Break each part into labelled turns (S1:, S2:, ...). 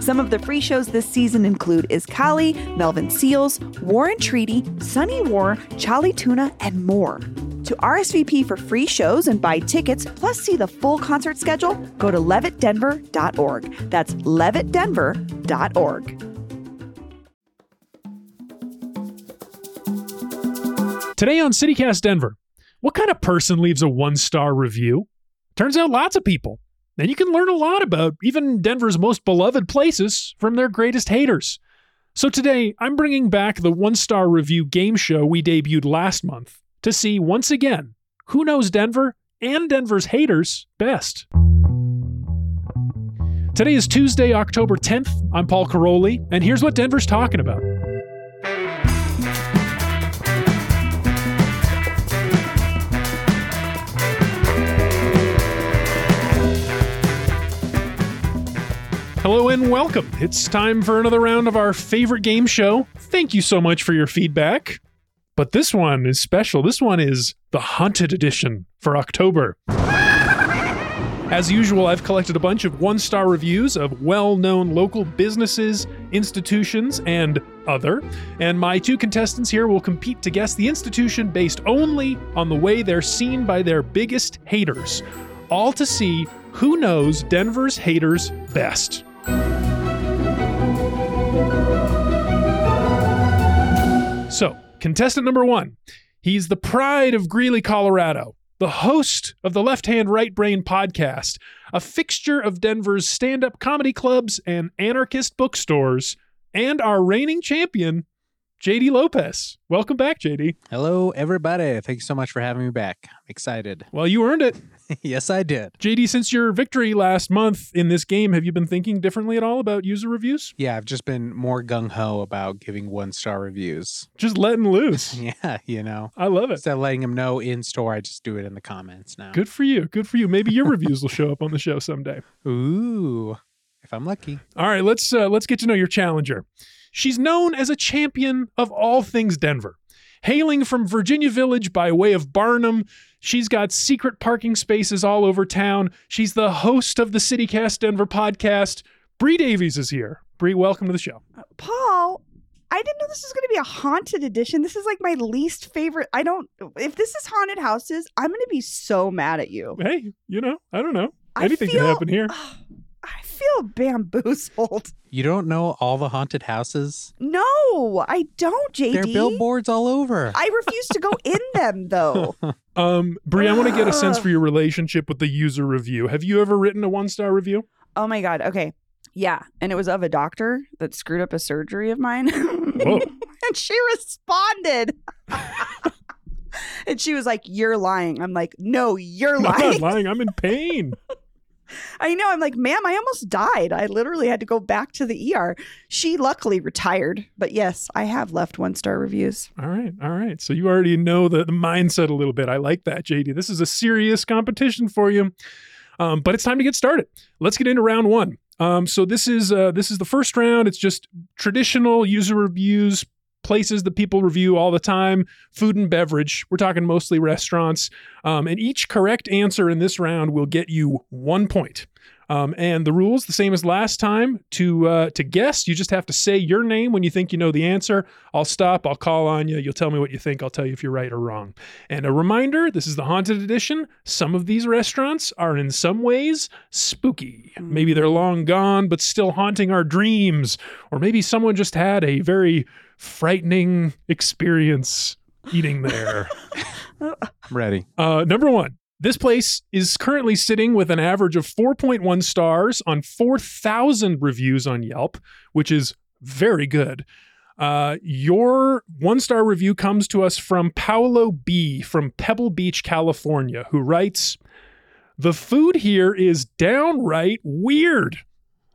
S1: Some of the free shows this season include Is Kali, Melvin Seals, Warren Treaty, Sunny War, Charlie Tuna, and more. To RSVP for free shows and buy tickets, plus see the full concert schedule, go to levittdenver.org. That's levittdenver.org.
S2: Today on CityCast Denver, what kind of person leaves a one star review? Turns out lots of people. And you can learn a lot about even Denver's most beloved places from their greatest haters. So today, I'm bringing back the one star review game show we debuted last month to see once again who knows Denver and Denver's haters best. Today is Tuesday, October 10th. I'm Paul Caroli, and here's what Denver's talking about. Hello and welcome. It's time for another round of our favorite game show. Thank you so much for your feedback. But this one is special. This one is the Haunted Edition for October. As usual, I've collected a bunch of one star reviews of well known local businesses, institutions, and other. And my two contestants here will compete to guess the institution based only on the way they're seen by their biggest haters, all to see who knows Denver's haters best. So, contestant number one, he's the pride of Greeley, Colorado, the host of the Left Hand Right Brain podcast, a fixture of Denver's stand up comedy clubs and anarchist bookstores, and our reigning champion, JD Lopez. Welcome back, JD.
S3: Hello, everybody. Thank you so much for having me back. I'm excited.
S2: Well, you earned it.
S3: yes, I did.
S2: JD, since your victory last month in this game, have you been thinking differently at all about user reviews?
S3: Yeah, I've just been more gung ho about giving one star reviews.
S2: Just letting loose.
S3: Yeah, you know,
S2: I love it.
S3: instead of letting them know in store, I just do it in the comments now.
S2: Good for you. Good for you. Maybe your reviews will show up on the show someday.
S3: Ooh, if I'm lucky.
S2: All right, let's uh, let's get to know your challenger. She's known as a champion of all things Denver. Hailing from Virginia Village by way of Barnum, she's got secret parking spaces all over town. She's the host of the CityCast Denver podcast. Bree Davies is here. Bree, welcome to the show.
S4: Paul, I didn't know this was going to be a haunted edition. This is like my least favorite. I don't. If this is haunted houses, I'm going to be so mad at you.
S2: Hey, you know, I don't know.
S4: I
S2: Anything
S4: feel-
S2: can happen here.
S4: I feel bamboozled.
S3: You don't know all the haunted houses?
S4: No, I don't, JD.
S3: There are billboards all over.
S4: I refuse to go in them though.
S2: Um, Bree, I want to get a sense for your relationship with the user review. Have you ever written a one-star review?
S4: Oh my god. Okay. Yeah, and it was of a doctor that screwed up a surgery of mine.
S2: Whoa.
S4: and she responded. and she was like, "You're lying." I'm like, "No, you're
S2: I'm
S4: lying."
S2: not lying. I'm in pain.
S4: I know. I'm like, ma'am, I almost died. I literally had to go back to the ER. She luckily retired, but yes, I have left one star reviews.
S2: All right, all right. So you already know the, the mindset a little bit. I like that, JD. This is a serious competition for you, um, but it's time to get started. Let's get into round one. Um, so this is uh, this is the first round. It's just traditional user reviews, places that people review all the time, food and beverage. We're talking mostly restaurants, um, and each correct answer in this round will get you one point. Um, and the rules the same as last time. To uh, to guess, you just have to say your name when you think you know the answer. I'll stop. I'll call on you. You'll tell me what you think. I'll tell you if you're right or wrong. And a reminder: this is the haunted edition. Some of these restaurants are in some ways spooky. Maybe they're long gone, but still haunting our dreams. Or maybe someone just had a very frightening experience eating there.
S3: I'm ready.
S2: Uh, number one, this place is currently sitting with an average of 4.1 stars on 4,000 reviews on Yelp, which is very good. Uh, your one star review comes to us from Paolo B. from Pebble Beach, California, who writes The food here is downright weird.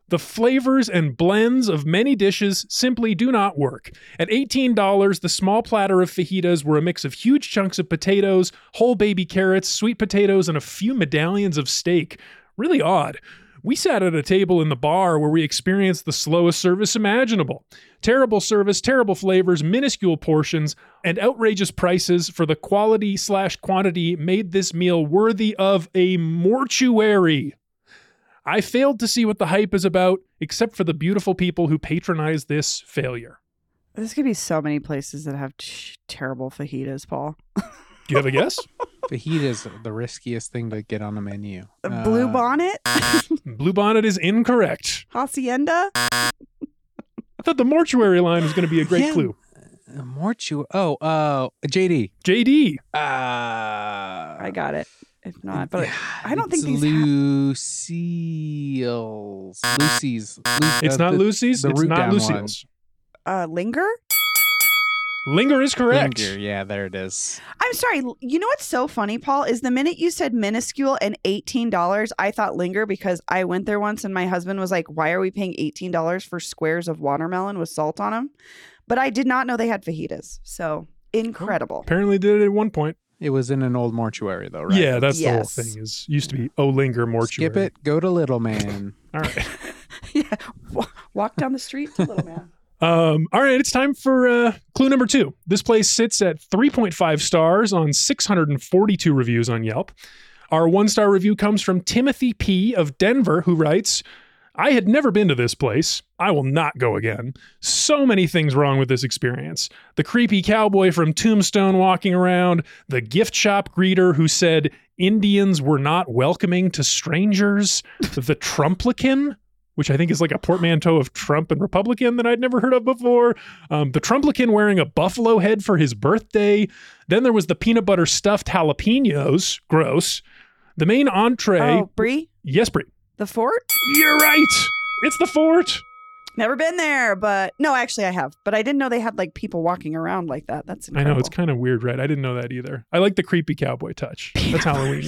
S2: The flavors and blends of many dishes simply do not work. At $18, the small platter of fajitas were a mix of huge chunks of potatoes, whole baby carrots, sweet potatoes, and a few medallions of steak. Really odd. We sat at a table in the bar where we experienced the slowest service imaginable. Terrible service, terrible flavors, minuscule portions, and outrageous prices for the quality slash quantity made this meal worthy of a mortuary. I failed to see what the hype is about, except for the beautiful people who patronize this failure.
S4: There's gonna be so many places that have ch- terrible fajitas, Paul.
S2: Do you have a guess?
S3: Fajitas are the riskiest thing to get on a menu.
S4: The Blue
S3: Uh,
S4: Bonnet,
S2: Blue Bonnet is incorrect.
S4: Hacienda.
S2: I thought the mortuary line was going to be a great
S3: Yeah.
S2: clue.
S3: Uh, Mortu. Oh, uh, JD.
S2: JD,
S3: Uh, I
S2: Uh,
S4: I got it. If not, but I don't think
S3: it's
S4: these ha-
S3: Lucille's. Lucy's. Lu-
S2: it's
S3: uh,
S2: not
S3: the-
S2: Lucy's.
S3: the
S2: It's
S3: root
S2: not
S3: down
S2: Lucille's.
S4: uh, linger.
S2: Linger is correct.
S3: Linger. Yeah, there it is.
S4: I'm sorry. l- You know what's so funny, Paul? Is the minute you said minuscule and eighteen dollars, I thought linger because I went there once and my husband was like, "Why are we paying eighteen dollars for squares of watermelon with salt on them?" But I did not know they had fajitas. So incredible.
S2: Apparently did it at one point.
S3: It was in an old mortuary, though, right?
S2: Yeah, that's
S4: Yes.
S2: the whole thing. Is used to be oh linger mortuary.
S3: Skip it. Go to Little Man.
S2: All right.
S4: yeah. Wa-
S2: Oh.
S4: Walk down the street, to little man.
S2: Um, all right, it's time for uh, clue number two. This place sits at 3.5 stars on 642 reviews on Yelp. Our one star review comes from Timothy P. of Denver, who writes I had never been to this place. I will not go again. So many things wrong with this experience. The creepy cowboy from Tombstone walking around, the gift shop greeter who said Indians were not welcoming to strangers, the Trumplican, which I think is like a portmanteau of Trump and Republican that I'd never heard of before, um, the Trumplican wearing a buffalo head for his birthday. Then there was the peanut butter stuffed jalapenos. Gross. The main entree.
S4: Oh, Bree,
S2: Yes, Brie.
S4: the fort.
S2: You're right. It's the fort.
S4: Never been there, but no, actually, I have. But I didn't know they had like people walking around like that. That's
S2: I
S4: incredible.
S2: know it's kind of weird, right? I didn't know that either. I like the creepy cowboy touch. That's Halloween.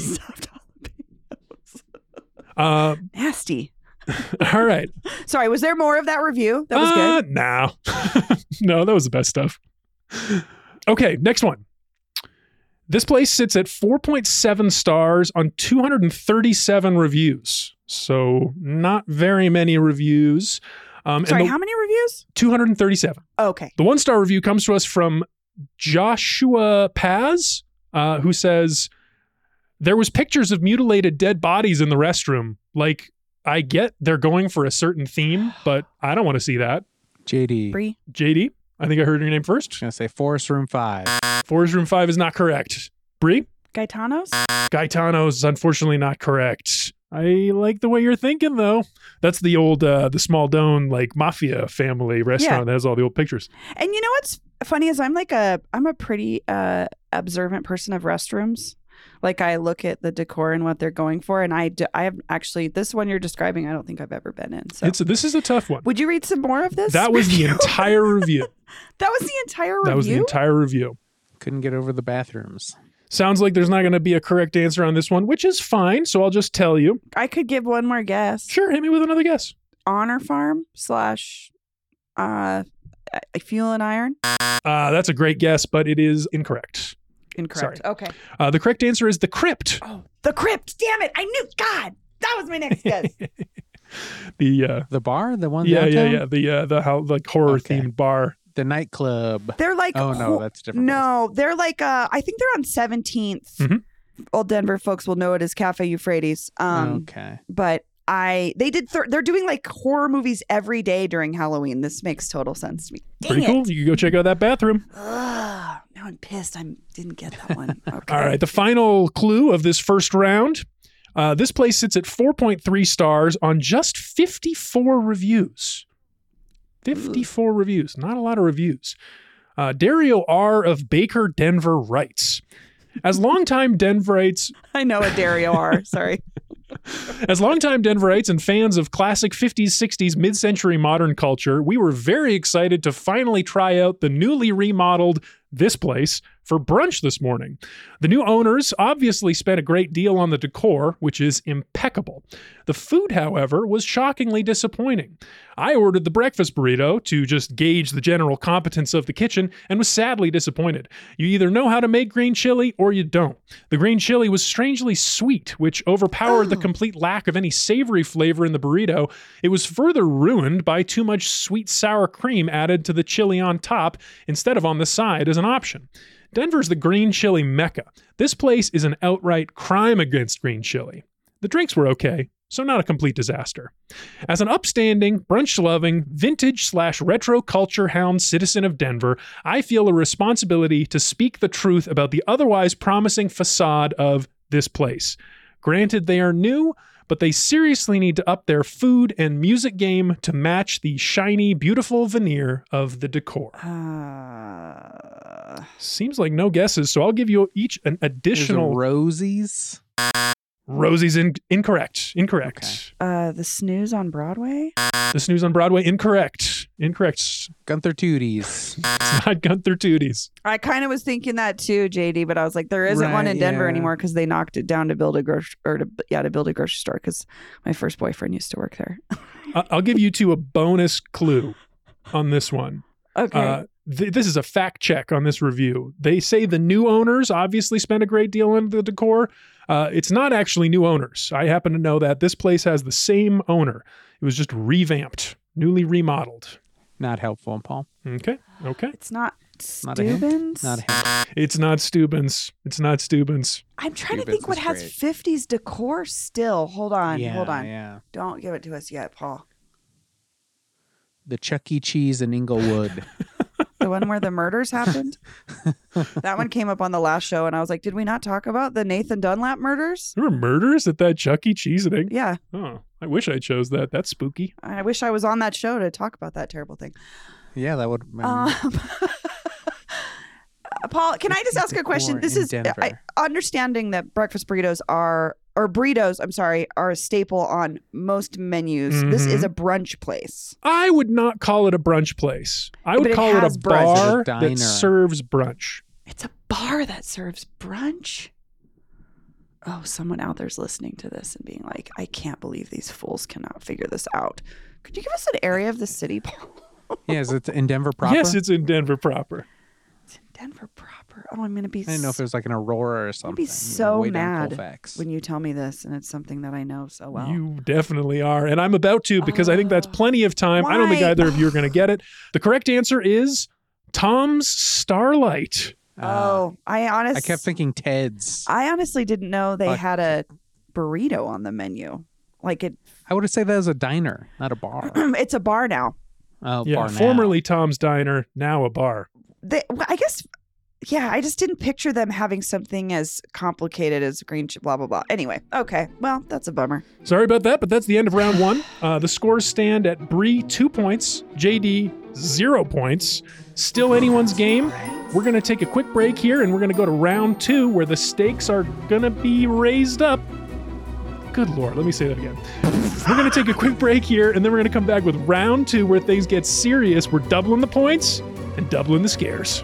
S2: Uh,
S4: Nasty.
S2: all right.
S4: Sorry, was there more of that review? That was good.
S2: uh, Nah. no, that was the best stuff. Okay, next one. This place sits at 4.7 stars on 237 reviews. So not very many reviews. Um,
S4: Sorry,
S2: and the-
S4: how many reviews?
S2: 237.
S4: Okay.
S2: The one star review comes to us from Joshua Paz, uh, who says there was pictures of mutilated dead bodies in the restroom. Like, I get they're going for a certain theme, but I don't want to see that.
S3: JD. I'm
S4: Bree.
S2: JD, I think I heard your name first.
S3: gonna say Forest Room Five.
S2: Forest Room 5 is not correct. Bree,
S4: Gaetano's?
S2: Gaetano is unfortunately not correct. I like the way you're thinking, though. That's the old, uh, the small down, like mafia family restaurant that has all the old pictures.
S4: And you know what's funny is I'm like a I'm a pretty uh observant person of restrooms. Like I look at the decor and what they're going for and I do, I have actually this one you're describing I don't think I've ever been in. So
S2: It's this is a tough one.
S4: Would you read some more of this?
S2: That was the
S4: review?
S2: entire review.
S4: That was the entire
S2: That was the
S4: review.
S2: entire review.
S3: Couldn't get over the bathrooms.
S2: Sounds like there's not going to be a correct answer on this one, which is fine. So I'll just tell you.
S4: I could give one more guess.
S2: Sure, hit me with another guess.
S4: Honor Farm slash uh Fuel and Iron.
S2: Uh, that's a great guess, but it is incorrect.
S4: Incorrect. Okay.
S2: Uh, the correct answer is the crypt.
S4: Oh, the crypt. Damn it. I knew God. That was my next guess.
S2: The uh,
S3: The bar, the one.
S2: yeah, yeah,
S3: downtown?
S2: yeah. The uh, the how, like horror themed bar.
S3: The nightclub.
S4: They're like
S3: Oh no,
S4: hor-
S3: that's a different.
S4: No, they're like uh I think they're on 17th.
S2: Mhm.
S4: Old Denver folks will know it as Cafe Euphrates.
S3: place.
S4: Um
S3: okay.
S4: but I they did thir- they're doing like horror movies every day during Halloween. This makes total sense to me. Dang
S2: Pretty
S4: it.
S2: cool. You can go check out that bathroom.
S4: Ugh, now I'm pissed. I didn't get that one. Okay.
S2: All right, the final clue of this first round. Uh, this place sits at 4.3 stars on just 54 reviews. 54 reviews, not a lot of reviews. Uh, Dario R. of Baker Denver writes, as longtime Denverites,
S4: I know a Dario R. Sorry.
S2: as longtime Denverites and fans of classic 50s, 60s, mid-century modern culture, we were very excited to finally try out the newly remodeled this place for brunch this morning. The new owners obviously spent a great deal on the decor, which is impeccable. The food, however, was shockingly disappointing. I ordered the breakfast burrito to just gauge the general competence of the kitchen and was sadly disappointed. You either know how to make green chili or you don't. The green chili was strangely sweet, which overpowered the
S4: Oh.
S2: complete lack of any savory flavor in the burrito. It was further ruined by too much sweet sour cream added to the chili on top instead of on the side as an option. Denver's the green chili mecca. This place is an outright crime against green chili. The drinks were okay, so not a complete disaster. As an upstanding, brunch loving, vintage slash retro culture hound citizen of Denver, I feel a responsibility to speak the truth about the otherwise promising facade of this place. Granted, they are new, but they seriously need to up their food and music game to match the shiny, beautiful veneer of the decor.
S4: Uh,
S2: Seems like no guesses, so I'll give you each an
S3: There's a
S2: additional.
S3: Rosie's.
S2: Rosie's in- incorrect. Incorrect.
S3: Okay.
S4: uh, the snooze on Broadway.
S2: The snooze on Broadway. Incorrect. Incorrect.
S3: Gunther Tooties.
S2: It's not Gunther Tooties.
S4: I kind of was thinking that too, JD. But I was like, there isn't one
S3: Right,
S4: in Denver
S3: yeah.
S4: anymore because they knocked it down to build a grocery or to yeah to build a grocery store because my first boyfriend used to work there.
S2: I- I'll give you two a bonus clue on this one.
S4: Okay.
S2: Uh, th- this is a fact check on this review. They say the new owners obviously spent a great deal on the decor. Uh, it's not actually new owners. I happen to know that this place has the same owner. It was just revamped, newly remodeled.
S3: Not helpful, Paul.
S2: Okay. Okay.
S4: it's not
S3: Not a hint.
S4: Steuben's.
S3: Not helpful.
S2: It's not Steuben's. It's not Steuben's.
S4: I'm trying to
S3: Steuben's
S4: think what
S3: is
S4: has
S3: great.
S4: 50s decor still. Hold on,
S3: yeah,
S4: hold on.
S3: Yeah.
S4: Don't give it to us yet, Paul.
S3: The Chuck E. Cheese in Inglewood.
S4: The one where the murders happened. that one came up on the last show, and I was like, did we not talk about the Nathan Dunlap murders?
S2: There were murders at that Chuck E. Cheese. Thing?
S4: Yeah,
S2: Oh, I wish I chose that. That's spooky.
S4: I wish I was on that show to talk about that terrible thing.
S3: yeah, that would.
S4: Um, uh, Paul, can I just ask a question?
S3: Decor
S4: This
S3: in
S4: is
S3: Denver.
S4: I, understanding that breakfast burritos are or burritos. I'm sorry, are a staple on most menus. This is
S2: Mhm.
S3: Mm-hmm.
S4: a brunch place.
S2: I would not call it a brunch place. I would
S4: But it
S2: call it,
S4: has
S2: a
S4: brunch.
S2: bar
S3: It's a diner.
S2: that serves brunch.
S4: It's a bar that serves brunch. Oh, someone out there's listening to this and being like, I can't believe these fools cannot figure this out. Could you give us an area of the city, Paul?
S3: yeah, is it in Denver proper?
S2: Yes, it's in Denver proper.
S4: It's in Denver proper. Oh, I'm gonna be.
S3: I didn't know if
S4: s-
S3: it was like an Aurora or something.
S4: be
S3: you know,
S4: so
S3: way down
S4: mad
S3: Colfax.
S4: when you tell me this, and it's something that I know so well.
S2: You definitely are. And I'm about to because I think that's
S4: Oh.
S2: plenty of time. I don't think
S4: Why?
S2: either of you are going to get it. The correct answer is Tom's Starlight.
S3: Uh,
S4: oh, I honestly,
S3: I kept thinking Ted's.
S4: I honestly didn't know they
S3: Fuck.
S4: had a burrito on the menu. Like it,
S3: I would have said that as a diner, not a bar.
S4: it's a bar now.
S3: Oh,
S2: yeah,
S3: bar now.
S2: formerly Tom's Diner, now a bar.
S4: They, well, I guess, yeah. I just didn't picture them having something as complicated as green chip, blah blah blah. Anyway, okay, well, that's a bummer.
S2: Sorry about that, but that's the end of round one. Uh, the scores stand at Bree, two points, JD, zero points. Still anyone's game. We're going to take a quick break here and we're going to go to round two where the stakes are going to be raised up. Good lord, let me say that again. We're going to take a quick break here and then we're going to come back with round two where things get serious. We're doubling the points and doubling the scares.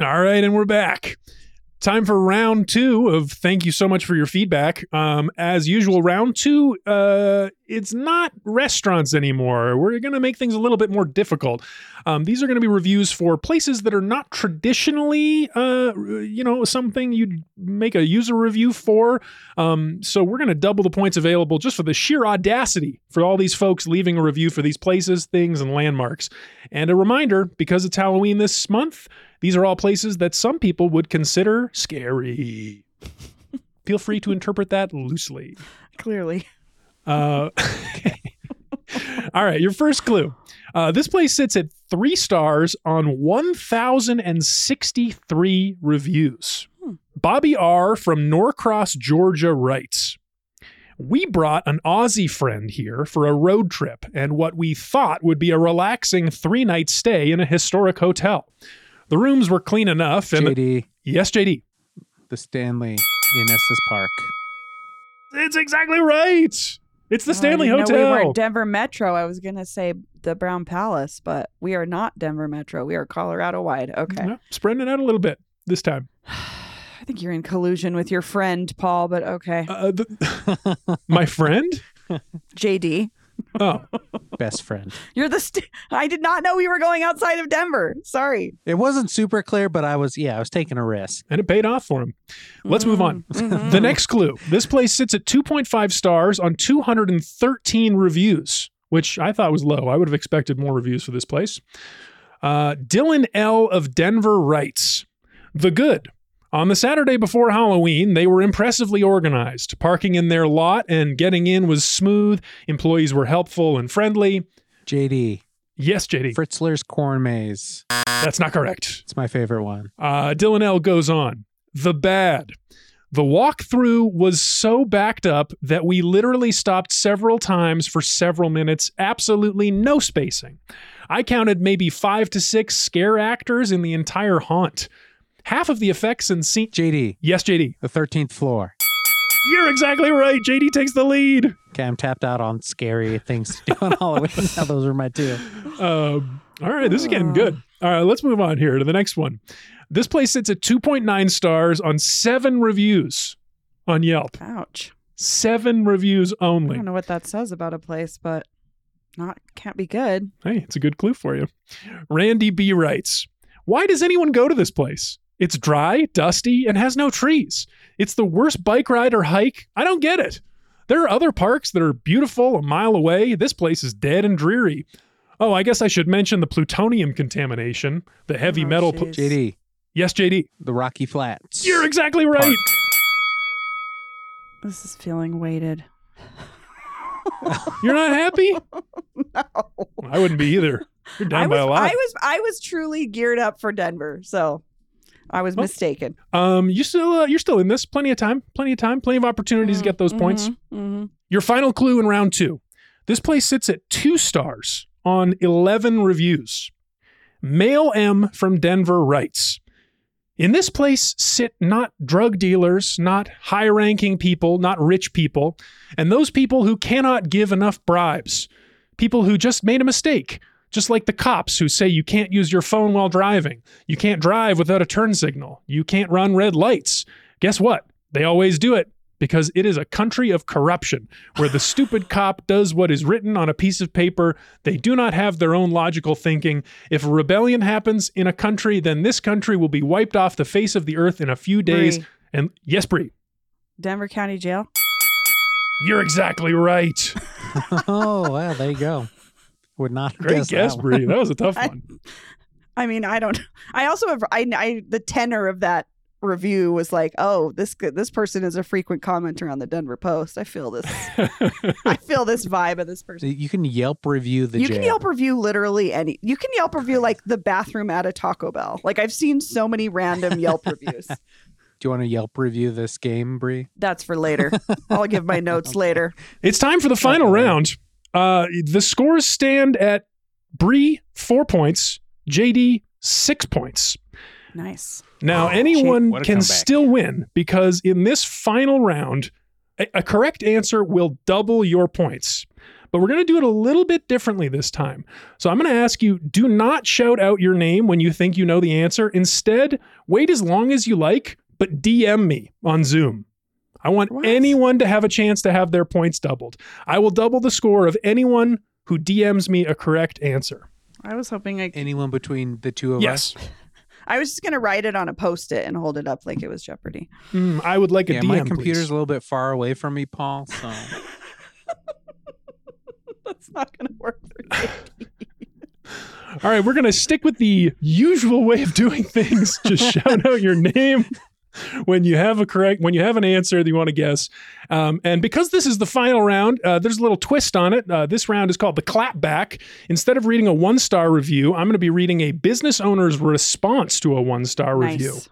S2: All right, and we're back. Time for round two of thank you so much for your feedback. Um, as usual, round two, uh, it's not restaurants anymore. We're going to make things a little bit more difficult. Um, these are going to be reviews for places that are not traditionally, uh, you know, something you'd make a user review for. Um, so we're going to double the points available just for the sheer audacity for all these folks leaving a review for these places, things, and landmarks. And a reminder because it's Halloween this month, these are all places that some people would consider scary. Feel free to interpret that loosely.
S4: Clearly.
S2: Uh, all right, your first clue. Uh, this place sits at three stars on 1,063 reviews. Bobby R. from Norcross, Georgia writes We brought an Aussie friend here for a road trip and what we thought would be a relaxing three night stay in a historic hotel. The rooms were clean enough. And
S3: JD,
S2: yes, JD.
S3: the Stanley in Estes Park.
S2: It's exactly right. It's the
S4: Oh, I
S2: Stanley
S4: didn't know
S2: Hotel.
S4: We weren't Denver Metro. I was gonna say the Brown Palace, but we are not Denver Metro. We are Colorado wide. Okay.
S2: Yeah, spreading it out a little bit this time.
S4: I think you're in collusion with your friend Paul, but okay.
S2: Uh, the, my friend?
S4: JD,
S2: Oh,
S3: Best friend.
S4: you're the. St- I did not know we were going outside of Denver. Sorry.
S3: It wasn't super clear, but I was, yeah, I was taking a risk.
S2: and it paid off for him. Let's move on. The next clue. This place sits at 2.5 stars on 213 reviews, which I thought was low. I would have expected more reviews for this place. Uh, Dylan L. of Denver writes The Good. On the Saturday before Halloween, they were impressively organized. Parking in their lot and getting in was smooth. Employees were helpful and friendly.
S3: JD,
S2: Yes, JD.
S3: Fritzler's Corn Maze.
S2: That's not correct.
S3: It's my favorite one.
S2: Uh, Dylan L goes on. The bad. The walkthrough was so backed up that we literally stopped several times for several minutes, absolutely no spacing. I counted maybe five to six scare actors in the entire haunt. Half of the effects and scene.
S3: JD,
S2: Yes, JD.
S3: the 13th floor.
S2: You're exactly right. JD takes the lead.
S3: Okay, I'm tapped out on scary things to do on Halloween. now those are my two.
S2: Um, all right, this is getting good. All right, let's move on here to the next one. This place sits at 2.9 stars on seven reviews on Yelp.
S4: Ouch.
S2: Seven reviews
S4: I
S2: only.
S4: don't know what that says about a place, but not can't be good.
S2: Hey, it's a good clue for you. Randy B writes Why does anyone go to this place? It's dry, dusty, and has no trees. It's the worst bike ride or hike. I don't get it. There are other parks that are beautiful a mile away. This place is dead and dreary. Oh, I guess I should mention the plutonium contamination, the heavy
S4: Oh,
S2: metal.
S4: jeez.
S3: JD,
S2: yes, JD.
S3: the Rocky Flats.
S2: You're exactly right.
S3: Park.
S4: This is feeling weighted.
S2: You're not happy?
S4: No.
S2: I wouldn't be either. You're down
S4: I
S2: by
S4: was,
S2: a lot.
S4: I was I was truly geared up for Denver, so I was
S2: Well,
S4: mistaken.
S2: um, you still uh, you're still in this. Plenty of time. Plenty of time. Plenty of opportunities to get those points.
S4: Mm-hmm.
S2: Your final clue in round two. This place sits at two stars on 11 reviews. Male M from Denver writes In this place sit not drug dealers, not high ranking people, not rich people, and those people who cannot give enough bribes, people who just made a mistake. Just like the cops who say you can't use your phone while driving, you can't drive without a turn signal, you can't run red lights. Guess what? They always do it because it is a country of corruption where the stupid cop does what is written on a piece of paper. They do not have their own logical thinking. If a rebellion happens in a country, then this country will be wiped off the face of the earth in a few days.
S4: Bree.
S2: And yes, Bree,
S4: Denver County Jail.
S2: you're exactly right.
S3: oh, well, there you go. Would not have
S2: Great
S3: guessed that
S2: guess,
S3: one.
S2: Bree. That was a tough
S4: I-
S2: one.
S4: I mean, I don't. I also have. I, I the tenor of that review was like, "Oh, this this person is a frequent commenter on the Denver Post." I feel this. I feel this vibe of this person.
S3: You can Yelp review the
S4: you
S3: jail.
S4: can Yelp review literally any. You can Yelp review like the bathroom at a Taco Bell. Like I've seen so many random Yelp reviews.
S3: Do you want to Yelp review this game, Bree?
S4: That's for later. I'll give my notes later.
S2: It's time for the final
S3: Okay.
S2: round. Uh, the scores stand at Bree four points, JD six points.
S4: Nice.
S2: Now,
S3: Oh,
S2: anyone
S3: what a
S2: can
S3: comeback.
S2: still win because in this final round, a, a correct answer will double your points. But we're going to do it a little bit differently this time. So I'm going to ask you do not shout out your name when you think you know the answer. Instead, wait as long as you like, but DM me on Zoom. I want
S4: What?
S2: anyone to have a chance to have their points doubled. I will double the score of anyone who DMs me a correct answer.
S4: I was hoping I.
S3: Anyone between the two of us?
S2: Yes.
S4: I was just gonna write it on a post it and hold it up like it was Jeopardy.
S2: Mm, I would like a
S3: Yeah,
S2: DM.
S3: my
S2: please.
S3: computer's a little bit far away from me, Paul. So
S4: That's not gonna work. For you.
S2: All right, we're going to stick with the usual way of doing things. Just shout out your name when you have a correct when you have an answer that you want to guess. Um, and because this is the final round, uh, there's a little twist on it. Uh, this round is called the clapback. Instead of reading a one star review, I'm going to be reading a business owner's response to a one star review.
S4: Nice.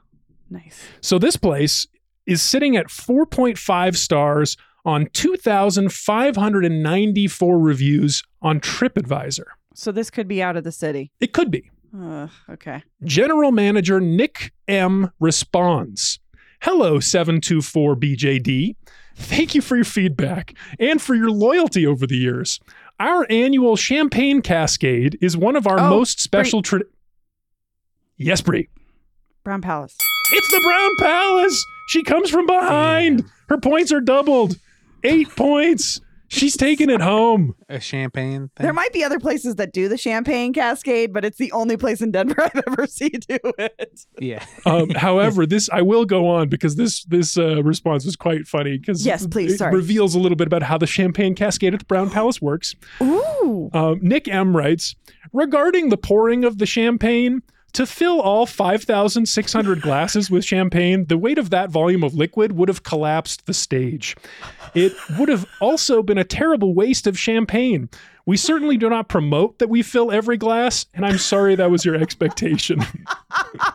S4: Nice.
S2: So this place is sitting at 4.5 stars on 2,594 reviews on TripAdvisor.
S4: So this could be out of the city.
S2: It could be.
S4: Ugh, okay.
S2: General Manager Nick M responds Hello, 724BJD. Thank you for your feedback and for your loyalty over the years. Our annual champagne cascade is one of our
S4: Oh,
S2: most special tra- Yes, Brie.
S4: Brown Palace.
S2: It's the Brown Palace. She comes from behind. Her points are doubled. Eight points. She's taking it home.
S3: a champagne thing.
S4: There might be other places that do the champagne cascade, but it's the only place in Denver I've ever seen do it.
S3: yeah.
S2: Um, however, this I will go on because this this uh, response was quite funny because
S4: Yes, please,
S2: it
S4: sorry.
S2: reveals a little bit about how the champagne cascade at the Brown Palace works.
S4: Ooh.
S2: Um, Nick M writes regarding the pouring of the champagne. To fill all 5,600 glasses with champagne, the weight of that volume of liquid would have collapsed the stage. It would have also been a terrible waste of champagne. We certainly do not promote that we fill every glass, and I'm sorry that was your expectation.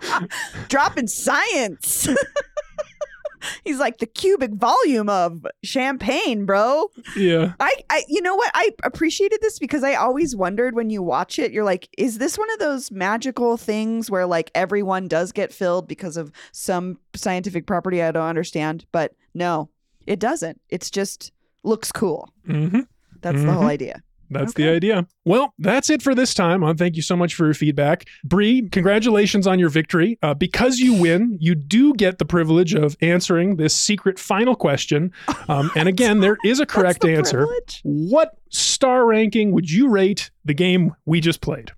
S4: Dropping science. He's like the cubic volume of champagne, bro.
S2: yeah.
S4: I, I you know what I appreciated this because I always wondered when you watch it you're like is this one of those magical things where like everyone does get filled because of some scientific property I don't understand but no it doesn't it's just looks cool
S2: Mm-hmm.
S4: that's the whole idea
S2: That's the
S4: Okay.
S2: idea. Well, that's it for this time. Uh, thank you so much for your feedback. Bree, congratulations on your victory. Uh, because you win, you do get the privilege of answering this secret final question. Um, and again, there is a correct
S4: That's the
S2: answer.
S4: privilege.
S2: What star ranking would you rate the game we just played?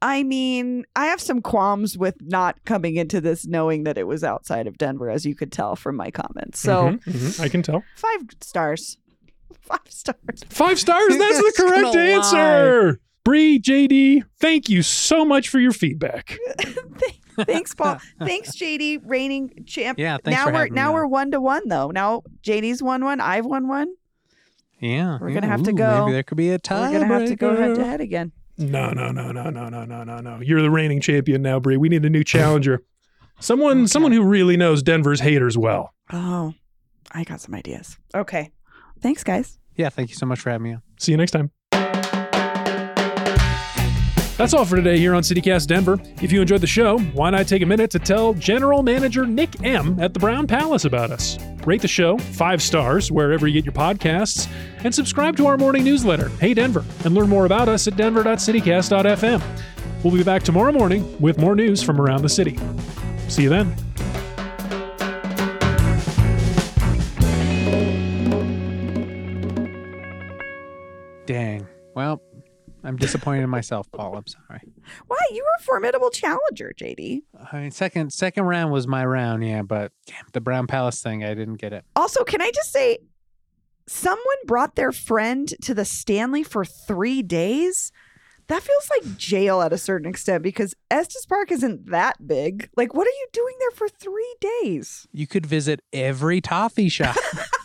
S4: I mean I have some qualms with not coming into this knowing that it was outside of Denver as you could tell from my comments so
S2: Mhm, mhm, I can tell.
S4: five stars five stars
S2: Five stars. That's the
S3: It's gonna
S2: correct answer. Bree, JD, thank you so much for your feedback.
S4: Thanks, Paul. Thanks, JD, reigning champ.
S3: Yeah, thanks
S4: now
S3: for
S4: we're
S3: having me
S4: now
S3: on.
S4: we're one to one though. Now JD's won one. I've won one.
S3: Yeah.
S4: We're
S3: yeah.
S4: gonna have to
S3: Ooh,
S4: go.
S3: Maybe there could be a
S4: We're
S3: tie.
S4: gonna have to go head to
S3: breaker.
S4: head again.
S2: No, no, no, no, no, no, no, no, no. You're the reigning champion now, Bree. We need a new challenger. Someone someone who really knows Denver's haters well.
S4: Oh, I got some ideas. Okay. Thanks, guys.
S3: Yeah. Thank you so much for having me on.
S2: See you next time. That's all for today here on CityCast Denver. If you enjoyed the show, why not take a minute to tell General Manager Nick M at the Brown Palace about us? Rate the show five stars wherever you get your podcasts, and subscribe to our morning newsletter, Hey Denver, and learn more about us at denver.citycast.fm. We'll be back tomorrow morning with more news from around the city. See you then.
S3: Dang. Well, I'm disappointed in myself, Paul. I'm sorry.
S4: Why you were a formidable challenger, JD.
S3: I mean, second second round was my round, yeah, but damn, the Brown Palace thing, I didn't get it.
S4: Also, can I just say, someone brought their friend to the Stanley for three days. That feels like jail at a certain extent because Estes Park isn't that big. Like, what are you doing there for three days?
S3: You could visit every toffee shop.